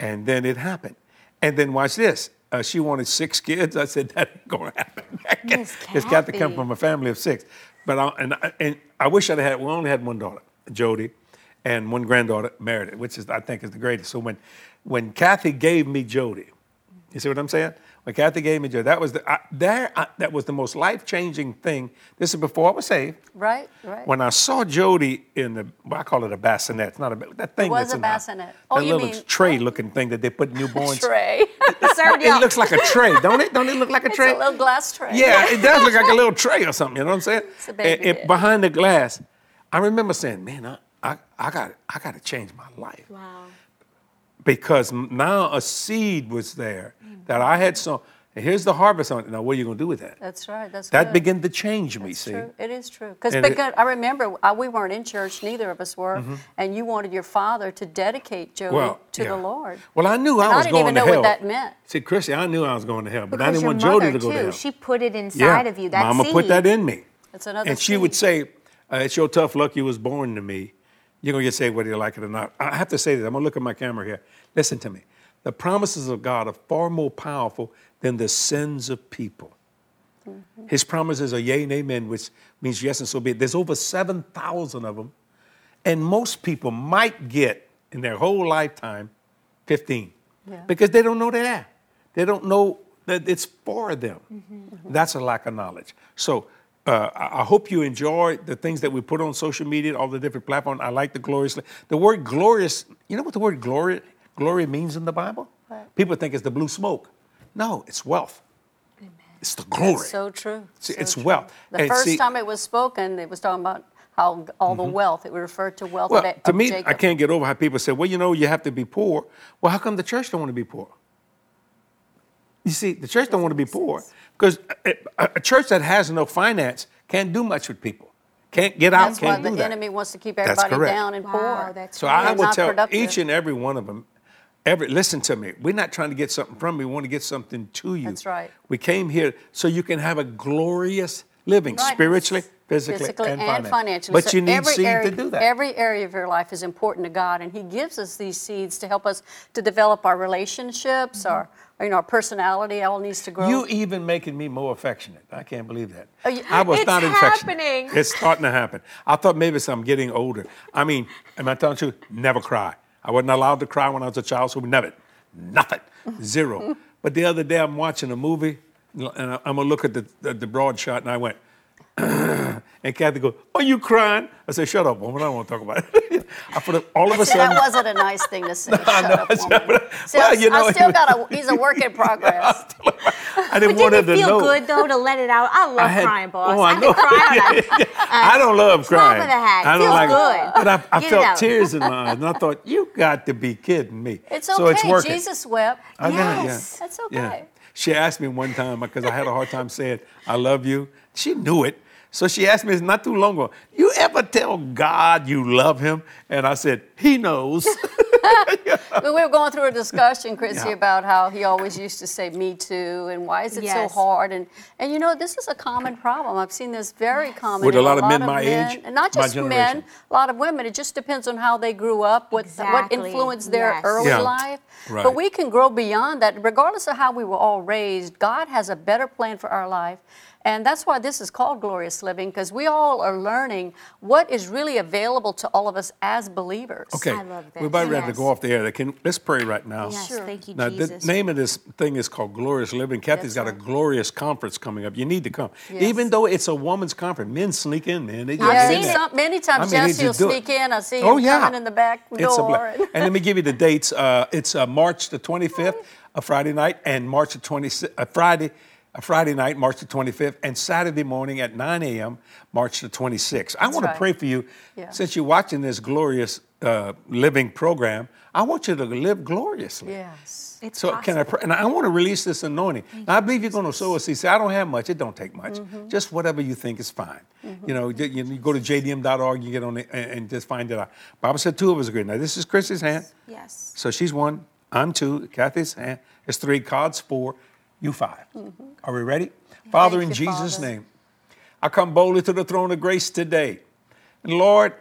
S3: And then it happened. And then watch this. Uh, she wanted six kids. I said, that ain't going to happen.
S2: Miss
S3: it's got to come
S2: Kathy.
S3: from a family of six. But I, and, I, and I wish I'd had, we only had one daughter, Jody, and one granddaughter, Meredith, which is, I think, is the greatest. So when, when Kathy gave me Jody, You see what I'm saying? When Kathy gave me joy, that was the I, there. I, that was the most life changing thing. This is before I was saved.
S1: Right, right.
S3: When I saw Jody in the, well, I call it a bassinet. It's not a ba- that thing.
S1: was
S3: that's
S1: a
S3: in the-
S1: bassinet.
S3: That
S1: Oh, you
S3: little
S1: mean-
S3: tray-looking thing that they put newborns.
S1: tray.
S2: Served
S3: It
S2: y'all.
S3: looks like a tray, don't it? Don't it look like a
S1: it's
S3: tray?
S1: a little glass tray.
S3: Yeah, it does look like a little tray or something. You know what I'm saying? It's
S1: a baby dish.
S3: behind the glass, I remember saying, "Man, I, I, I got, I got to change my life." Wow. Because m- now a seed was there
S1: Mm.
S3: that I had sown. And here's the harvest on it. Now, what are you going to do with that?
S1: That's right. That's
S3: that
S1: good.
S3: began to change me. see,
S1: True. It is true. 'Cause
S3: And it- Mm-hmm.
S1: because I remember I, we weren't in church, neither of us were, and you wanted your father to dedicate Jody
S3: well,
S1: to
S3: yeah.
S1: the Lord.
S3: Well, I knew I
S1: And I
S3: was
S1: didn't
S3: going
S1: even
S3: to
S1: know what
S3: hell.
S1: that meant.
S3: See, Christy, I knew I was going to hell, but I
S2: Because
S3: didn't
S2: your
S3: want Jody
S2: mother
S3: to go to hell.
S2: too. She put it inside of you. That
S3: Mama
S2: seed.
S3: put that in me.
S1: That's another
S3: And she would
S1: seed.
S3: say, uh, "It's your tough luck you was born to me. You're gonna get saved whether you like it or not." I have to say this. I'm gonna look at my camera here. Listen to me. The promises of God are far more powerful than the sins of people.
S2: Mm-hmm.
S3: His promises are yea and amen, which means yes and so be it. There's over seven thousand of them, and most people might get in their whole lifetime fifteen
S1: Yeah.
S3: because they don't know they're there. They don't know that it's for them.
S1: Mm-hmm,
S3: That's a lack of knowledge. So uh, I I hope you enjoy the things that we put on social media, all the different platforms. I like the glorious. The word glorious, you know what the word glory, glory means in the Bible?
S1: What?
S3: People think it's the blue smoke. No, it's wealth. It's the glory.
S1: So true.
S3: See,
S1: So
S3: it's
S1: true.
S3: wealth.
S1: The
S3: And
S1: first
S3: see- Mm-hmm.
S1: time it was spoken, it was talking about how all the wealth. It referred to wealth.
S3: well,
S1: of, A-
S3: to
S1: of
S3: me,
S1: Jacob.
S3: I can't get over how people say, well, you know, you have to be poor. Well, how come the church don't want to be poor? You see, the church don't want to be poor because a, a- a church that has no finance can't do much with people. Can't get out,
S1: That's why
S3: can't
S1: the
S3: do that.
S1: enemy wants to keep
S3: That's
S1: everybody
S3: correct.
S1: down and
S2: Wow,
S1: poor.
S2: that's
S3: So I
S1: and
S3: will
S1: not
S3: tell
S1: productive.
S3: each and every one of them, every listen to me. We're not trying to get something from you. We want to get something to you.
S1: That's right.
S3: We came here so you can have a glorious living,
S1: Right.
S3: spiritually, physically,
S1: physically
S3: and,
S1: and,
S3: finan-
S1: financially.
S3: But
S1: So
S3: you need
S1: every
S3: seed
S1: area,
S3: to do that.
S1: Every area of your life is important to God, and He gives us these seeds to help us to develop our relationships, our you know, our personality. All needs to grow.
S3: you even making me more affectionate. I can't believe that.
S1: Oh, you-
S3: I was
S2: It's
S3: not affectionate.
S2: happening.
S3: It's starting to happen. I thought maybe it's I'm getting older. I mean, am I telling you? Never cry. I wasn't allowed to cry when I was a child, so we never, nothing, zero. but the other day I'm watching a movie, and I- I'm gonna look at the, the, the broad shot, and I went, and Kathy goes, "Are you crying?" I said, "Shut up, woman. I don't want to talk about it." I put up all of a
S1: See,
S3: sudden.
S1: that wasn't a nice thing to say. Shut up, woman. See,
S3: well,
S1: I,
S3: you know,
S1: I still got a. He's a work in progress.
S3: I didn't
S2: But
S3: want
S2: didn't
S3: her
S2: it
S3: to
S2: feel
S3: know.
S2: good though to let it out? I love
S3: I had-
S2: crying, boss.
S3: Oh, I know.
S2: could cry about it.
S3: I don't love crying.
S2: with a hat.
S3: I don't
S2: Feels
S3: like
S2: good.
S3: it. But I, I
S2: Get it
S3: felt
S2: out.
S3: tears in my eyes, and I thought, "You got to be kidding me!"
S1: It's okay.
S3: so it's working.
S1: Jesus wept.
S3: I know, yeah.
S2: Yes.
S1: That's okay.
S3: Yeah. She asked me one time because I had a hard time saying "I love you." She knew it, so she asked me. It's not too long ago. You ever tell God you love Him? And I said, He knows.
S1: Well, we were going through a discussion, Chrissy,
S3: Yeah.
S1: about how he always used to say "me too" and why is it
S2: Yes.
S1: so hard? And and you know, this is a common problem. I've seen this very common
S3: With a
S1: in
S3: lot of men my
S1: men,
S3: age,
S1: and not
S3: my
S1: just men,
S3: generation.
S1: a lot of women. It just depends on how they grew up, what what
S2: Exactly.
S1: influenced their
S2: Yes.
S1: early
S3: Yeah.
S1: life. But
S3: Right.
S1: we can grow beyond that, regardless of how we were all raised. God has a better plan for our life. And that's why this is called glorious living, because we all are learning what is really available to all of us as believers.
S3: okay,
S2: I love
S3: we're
S2: this.
S3: about ready to
S2: Yes.
S3: go off the air. Can let's pray right now.
S2: Yes,
S1: Sure.
S2: thank you,
S3: Now, the
S2: Jesus.
S3: name of this thing is called Glorious Living. Kathy's got
S1: That's
S3: a glorious conference coming up. You need to come.
S1: Yes.
S3: Even though it's a woman's conference, men sneak in, man. They just
S1: Yeah,
S3: get in
S1: he's
S3: there.
S1: some- many times
S3: I mean, they
S1: Jesse will
S3: just do it.
S1: sneak in. I see him
S3: Oh, yeah.
S1: coming in the back door.
S3: It's a bla-
S1: and-
S3: and let me give you the dates. Uh, it's uh, March the 25th, a Friday night, and March the 26th, a Friday, a Friday night, March the 25th, and Saturday morning at 9 a.m., March the 26th. I want
S1: right.
S3: to pray for you.
S1: Yeah.
S3: Since you're watching this glorious uh, living program, I want you to live gloriously.
S1: yes.
S2: It's possible.
S3: So
S2: Mm-hmm.
S3: can I pray? And I want to release this anointing. Now, I believe you're going to sow a seed. Say, I don't have much. It don't take much. Just whatever you think is fine.
S2: Mm-hmm.
S3: You know, ju- you, you go to jdm.org, you get on it and, and just find it out. Bible said two of us agree. Now, this is Chris's hand.
S2: Yes.
S3: So she's one. I'm two. Kathy's hand is three. God's four. You 5 Are we ready? Father,
S1: Mm-hmm. Thank
S3: in
S1: you,
S3: Jesus'
S1: Father.
S3: name, I come boldly to the throne of grace today. And Lord,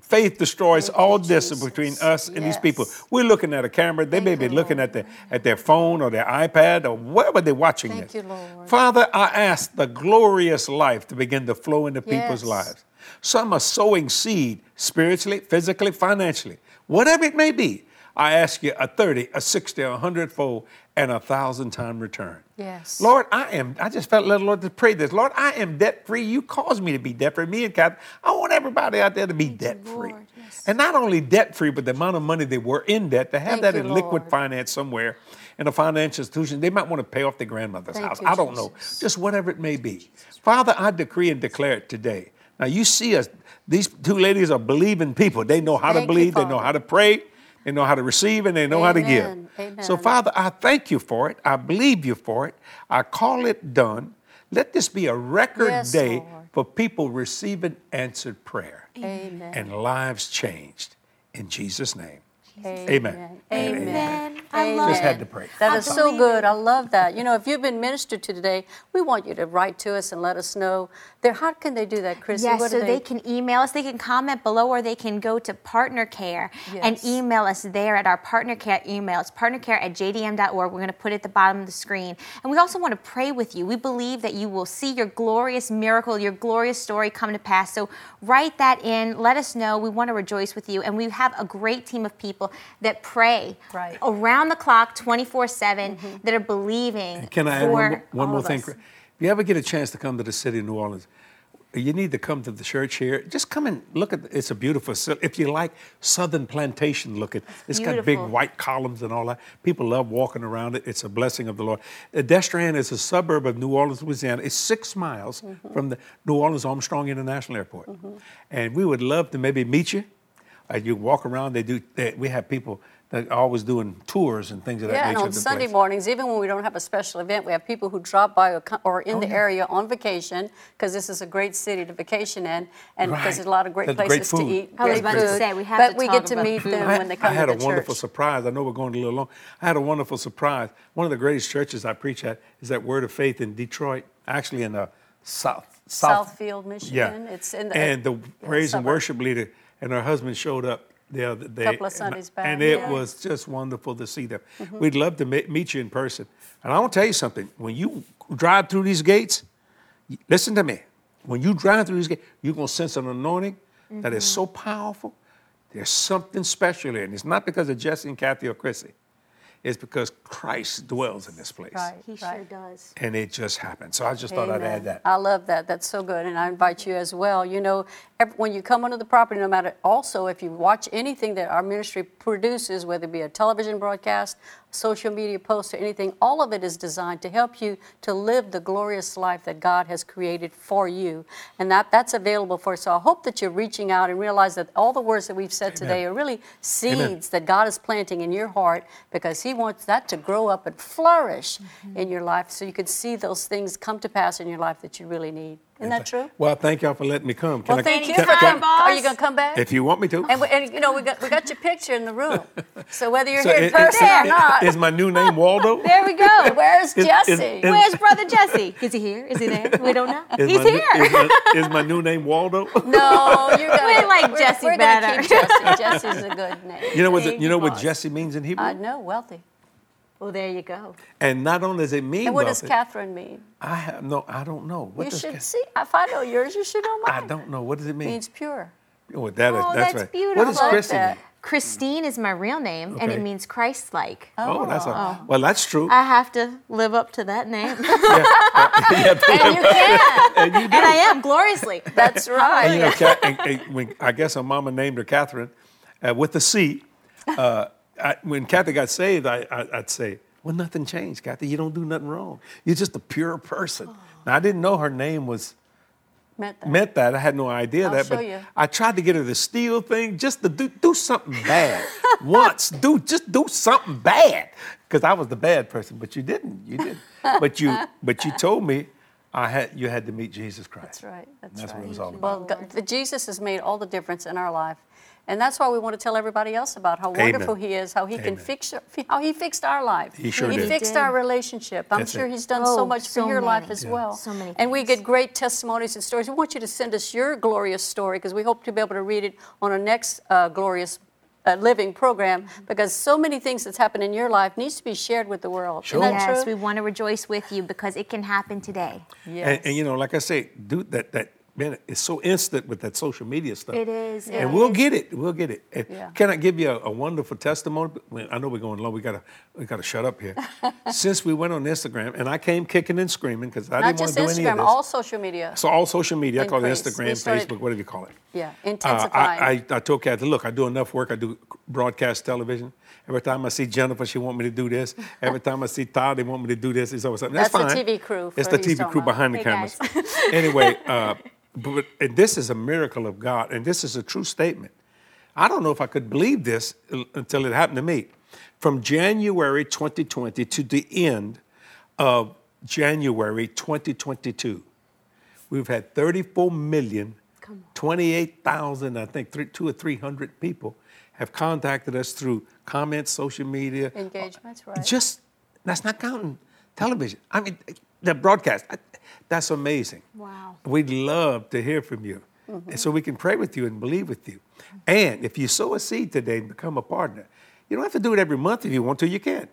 S3: faith destroys all distance between us and these people.
S1: Yes. Mm-hmm.
S3: We're looking at a camera. They may be looking at their at their phone or their iPad or wherever they're watching
S1: Thank
S3: this.
S1: you, Lord.
S3: Father, I ask the glorious life to begin to flow into people's
S1: Yes.
S3: lives. Some are sowing seed spiritually, physically, financially, whatever it may be. I ask you a 30, a 60, a hundredfold, and a thousand time return.
S1: Yes.
S3: Lord, I am, I just felt led, Lord, to pray this. Lord, I am debt free. You caused me to be debt free. Me and Kathy, I want everybody out there to be debt free.
S2: Lord, yes.
S3: And not only debt free, but the amount of money they were in debt, to have
S1: Thank
S3: that
S1: you,
S3: in liquid
S1: Lord.
S3: finance somewhere in a financial institution, they might want to pay off their grandmother's
S1: Thank
S3: house.
S1: you,
S3: I don't know.
S1: Jesus.
S3: Just whatever it may be. Father, I decree and declare it today. Now, you see us, these two ladies are believing people. They know how
S1: Thank
S3: to
S1: you,
S3: believe, they know
S1: Father.
S3: how to pray, they know how to receive, and they know how to give.
S1: Amen. Amen.
S3: So, Father, I thank you for it. I believe you for it. I call it done. Let this be a record
S1: Yes,
S3: day
S1: Lord.
S3: for people receiving answered prayer
S1: Amen.
S3: and lives changed. In Jesus' name.
S1: Amen.
S3: Amen.
S2: Amen. I love
S3: Just
S2: it.
S3: had to pray.
S1: That
S2: I
S1: is so
S2: believe
S1: good.
S2: it.
S1: I love that. You know, if you've been ministered to today, we want you to write to us and let us know. There, how can they do that, Chrissy?
S2: Yes,
S1: What do
S2: so they can email us, they can comment below, or they can go to Partner Care and
S1: Yes.
S2: email us there at our Partner Care email. It's partnercare at jdm.org. We're going to put it at the bottom of the screen. And we also want to pray with you. We believe that you will see your glorious miracle, your glorious story come to pass. So write that in, let us know. We want to rejoice with you. And we have a great team of people that pray
S1: Right.
S2: around the clock 24 7 that are believing.
S3: Can I add
S2: for
S3: one, more- one
S2: all
S3: more
S2: of
S3: thing?
S2: us.
S3: If you ever get a chance to come to the city of New Orleans, you need to come to the church here. Just come and look at it's a beautiful city. If you like Southern plantation looking, it's got big
S2: beautiful.
S3: white columns and all that. People love walking around it. It's a blessing of the Lord. Destrahan is a suburb of New Orleans, Louisiana. It's six miles from the New Orleans Armstrong International Airport. And we would love to maybe meet you. Uh, you walk around. They do. They, we have people that are always doing tours and things of that
S1: Yeah, and
S3: nature.
S1: on
S3: of the
S1: Sunday
S3: place.
S1: mornings, even when we don't have a special event, we have people who drop by or, co- or in the
S3: Oh, yeah.
S1: area on vacation because this is a great city to vacation in, and because
S3: Right.
S1: there's a lot of great
S3: There's great
S1: places to
S3: food.
S1: eat.
S2: I was
S1: great
S2: about to
S1: food,
S2: say, we have
S1: but
S2: to
S1: we
S2: talk
S1: get to
S2: about
S1: meet
S2: food.
S1: them
S3: I,
S1: when they
S3: I
S1: come
S3: had
S1: to
S3: a
S1: the
S3: wonderful
S1: church.
S3: surprise. I know we're going a little long. I had a wonderful surprise. One of the greatest churches I preach at is at Word of Faith in Detroit, actually in the South.
S1: Southfield, Michigan.
S3: Yeah.
S1: It's in the-
S3: and the
S1: yeah,
S3: praise and
S1: suburb.
S3: worship leader and her husband showed up the other day.
S1: Couple of
S3: and-
S1: Sundays back,
S3: And it
S1: yeah. Mm-hmm.
S3: was just wonderful to see them. We'd love to meet, meet you in person. And I want to tell you something. When you drive through these gates, listen to me. When you drive through these gates, you're going to sense an anointing that is
S1: Mm-hmm.
S3: so powerful. There's something special here. And it's not because of Jesse and Kathy or Chrissy. It's because Christ dwells in this place.
S1: Right,
S2: He
S1: right.
S2: sure does.
S3: And it just happened. So I just thought I'd
S1: Amen.
S3: add that.
S1: I love that. That's so good. And I invite you as well. You know, ev- when you come onto the property, no matter, also, if you watch anything that our ministry produces, whether it be a television broadcast, social media post, or anything, all of it is designed to help you to live the glorious life that God has created for you. And that, that's available for you. So I hope that you're reaching out and realize that all the words that we've said today are really seeds
S3: Amen.
S1: seeds that God is planting in your heart because He wants that to grow up and flourish in your life so you can see those things come to pass in your life that you really need. Isn't that true?
S3: Well, thank y'all for letting me come. Can
S1: Well, thank you.
S2: can-
S1: for
S2: can-
S1: coming. Are you going to come back?
S3: If you want me to.
S1: and, we, and you know, we got, we got your picture in the room. So whether you're
S3: So
S1: here in
S3: it-
S1: person
S3: it's-
S1: or not,
S3: Is my new name Waldo?
S2: There we go.
S1: where's
S3: it-
S1: Jesse?
S3: it-
S2: Where's brother Jesse? Is he here? Is he there? We don't know.
S3: Is
S2: He's
S3: my,
S2: here.
S3: Is my, is my new name Waldo?
S1: no, you're gonna,
S2: We like
S1: we're-
S2: Jesse
S1: we're
S2: better.
S1: Gonna keep Jesse. Jesse's a good name.
S3: You know what? the- you know what
S1: Because-
S3: Jesse means in Hebrew?
S1: I know, wealthy.
S2: well, there you go.
S3: and not only does it mean
S1: And what does
S3: wealthy,
S1: Catherine mean?
S3: I have no. I don't know. What
S1: you
S3: does
S1: should
S3: Ca-
S1: see. If I know yours, you should know
S3: I
S1: mine.
S3: don't know. What does it
S1: It
S3: mean?
S1: means pure.
S3: oh, that is-
S2: Oh,
S3: that's,
S2: that's
S3: right.
S2: beautiful.
S3: What does
S1: I like
S3: Christy
S1: that.
S3: mean?
S2: Christine is my real name, and it
S3: Okay.
S2: means Christ-like.
S3: Oh, that's a, well. That's true.
S2: I have to live up to that name, and
S3: Yeah,
S1: And you can.
S2: I am gloriously.
S1: That's right.
S3: and you know, Ca- and- and when, I guess her mama named her Catherine uh, with a C. Uh, I, when Kathy got saved, I, I, I'd say, Well, nothing changed, Kathy. You don't do nothing wrong. You're just a pure person. Now, I didn't know her name was
S1: Meant that.
S3: meant that. I had no idea
S1: I'll
S3: that.
S1: show
S3: but
S1: you.
S3: I tried to get her to steal things, just to do, do something bad once. Do just do something bad, because I was the bad person. But you didn't. You didn't. but you but you told me I had you had to meet Jesus Christ.
S1: That's right. That's,
S3: That's
S1: right.
S3: what it was all
S1: Well,
S3: about.
S1: God, the Jesus has made all the difference in our life. And that's why we want to tell everybody else about how wonderful He is, how He can
S3: Amen.
S1: fix, your- how He fixed our life.
S3: He sure did.
S1: fixed
S2: He did.
S1: our relationship. I'm
S3: That's
S1: sure
S3: it.
S1: He's done
S2: Oh,
S1: so much
S2: so
S1: for your life
S2: many.
S1: as
S2: Yeah.
S1: well.
S2: So many
S1: and we
S2: things.
S1: get great testimonies and stories. We want you to send us your glorious story because we hope to be able to read it on our next uh, glorious. uh living program
S2: Mm-hmm.
S1: because so many things that's happened in your life needs to be shared with the world.
S3: Sure.
S1: Isn't that
S2: Yes,
S1: true?
S2: we want to rejoice with you because it can happen today.
S3: And, and you know, like I say, do that that man, it's so instant with that social media stuff.
S4: It is,
S3: and
S4: it
S3: we'll
S4: is.
S3: get it. We'll get it. And
S1: Yeah.
S3: Can I give you a, a wonderful testimony? Well, I know we're going long. We gotta we gotta shut up here. Since we went on Instagram, and I came kicking and screaming because I
S1: Not
S3: didn't want
S1: just
S3: to do any of
S1: Instagram,
S3: this.
S1: all social media.
S3: so all social media, I call it
S1: Increase. We
S3: Instagram,
S1: started-
S3: Facebook, whatever you call it.
S1: Yeah,
S3: Uh,
S1: intensifying.
S3: I, I, I told Kathy, look, I do enough work. I do broadcast television. Every time I see Jennifer, she want me to do this. Every time I see Todd, they want me to do this. It's always something. That's,
S1: That's the
S3: fine.
S1: TV crew
S3: It's
S1: for
S3: the TV crew
S1: Uzoma.
S3: behind the
S2: Hey,
S3: cameras.
S2: guys.
S3: anyway, uh, but and this is a miracle of God, and this is a true statement. I don't know if I could believe this l- until it happened to me. From January 2020 to the end of January 2022, we've had 34 million, 28,000, I think, three, two or 300 people have contacted us through comments, social media.
S1: Engagements, right.
S3: Just, that's not counting television. I mean, the broadcast. I- That's amazing.
S2: Wow.
S3: We'd love to hear from you. And so we can pray with you and believe with you. And if you sow a seed today and become a partner, you don't have to do it every month if you want to, you can.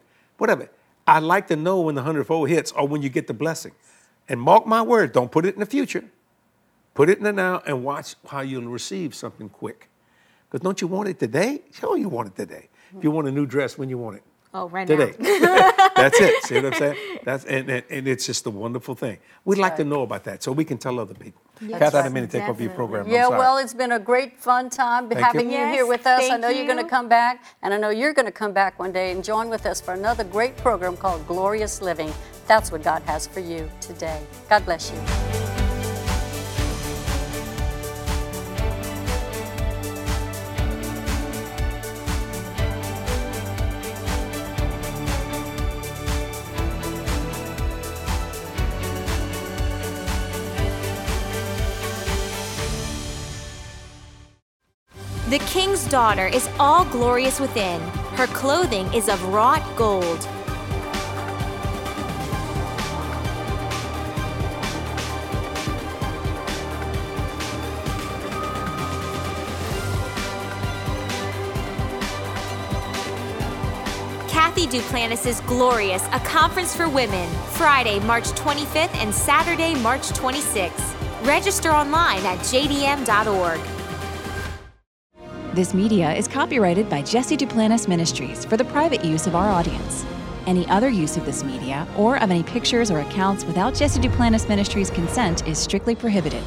S3: Whatever. I like to know when the hundredfold hits or when you get the blessing. And mark my words, don't put it in the future. Put it in the now and watch how you'll receive something quick. Because don't you want it today? Sure, you want it today. If you want a new dress, when you want it?
S2: Oh, right now.
S3: today. That's it. See what I'm saying? That's and, and, and it's just a wonderful thing. We'd like to know about that so we can tell other people.
S2: Yes,
S3: Kath, I didn't mean to take over your
S4: definitely.
S3: program. I'm
S1: yeah,
S3: sorry.
S1: well, it's been a great fun time
S3: you.
S1: having you here
S2: Yes,
S1: with us. I
S2: thank
S1: know are going to
S2: you.
S1: come back, and I know you're going to come back one day and join with us for another great program called Glorious Living. That's what God has for you today. God bless you.
S2: The king's daughter is all glorious within. Her clothing is of wrought gold. Kathy Duplantis is Glorious, a conference for women, Friday, March 25th and Saturday, March 26th. Register online at jdm.org.
S5: This media is copyrighted by Jesse Duplantis Ministries for the private use of our audience. Any other use of this media or of any pictures or accounts without Jesse Duplantis Ministries' consent is strictly prohibited.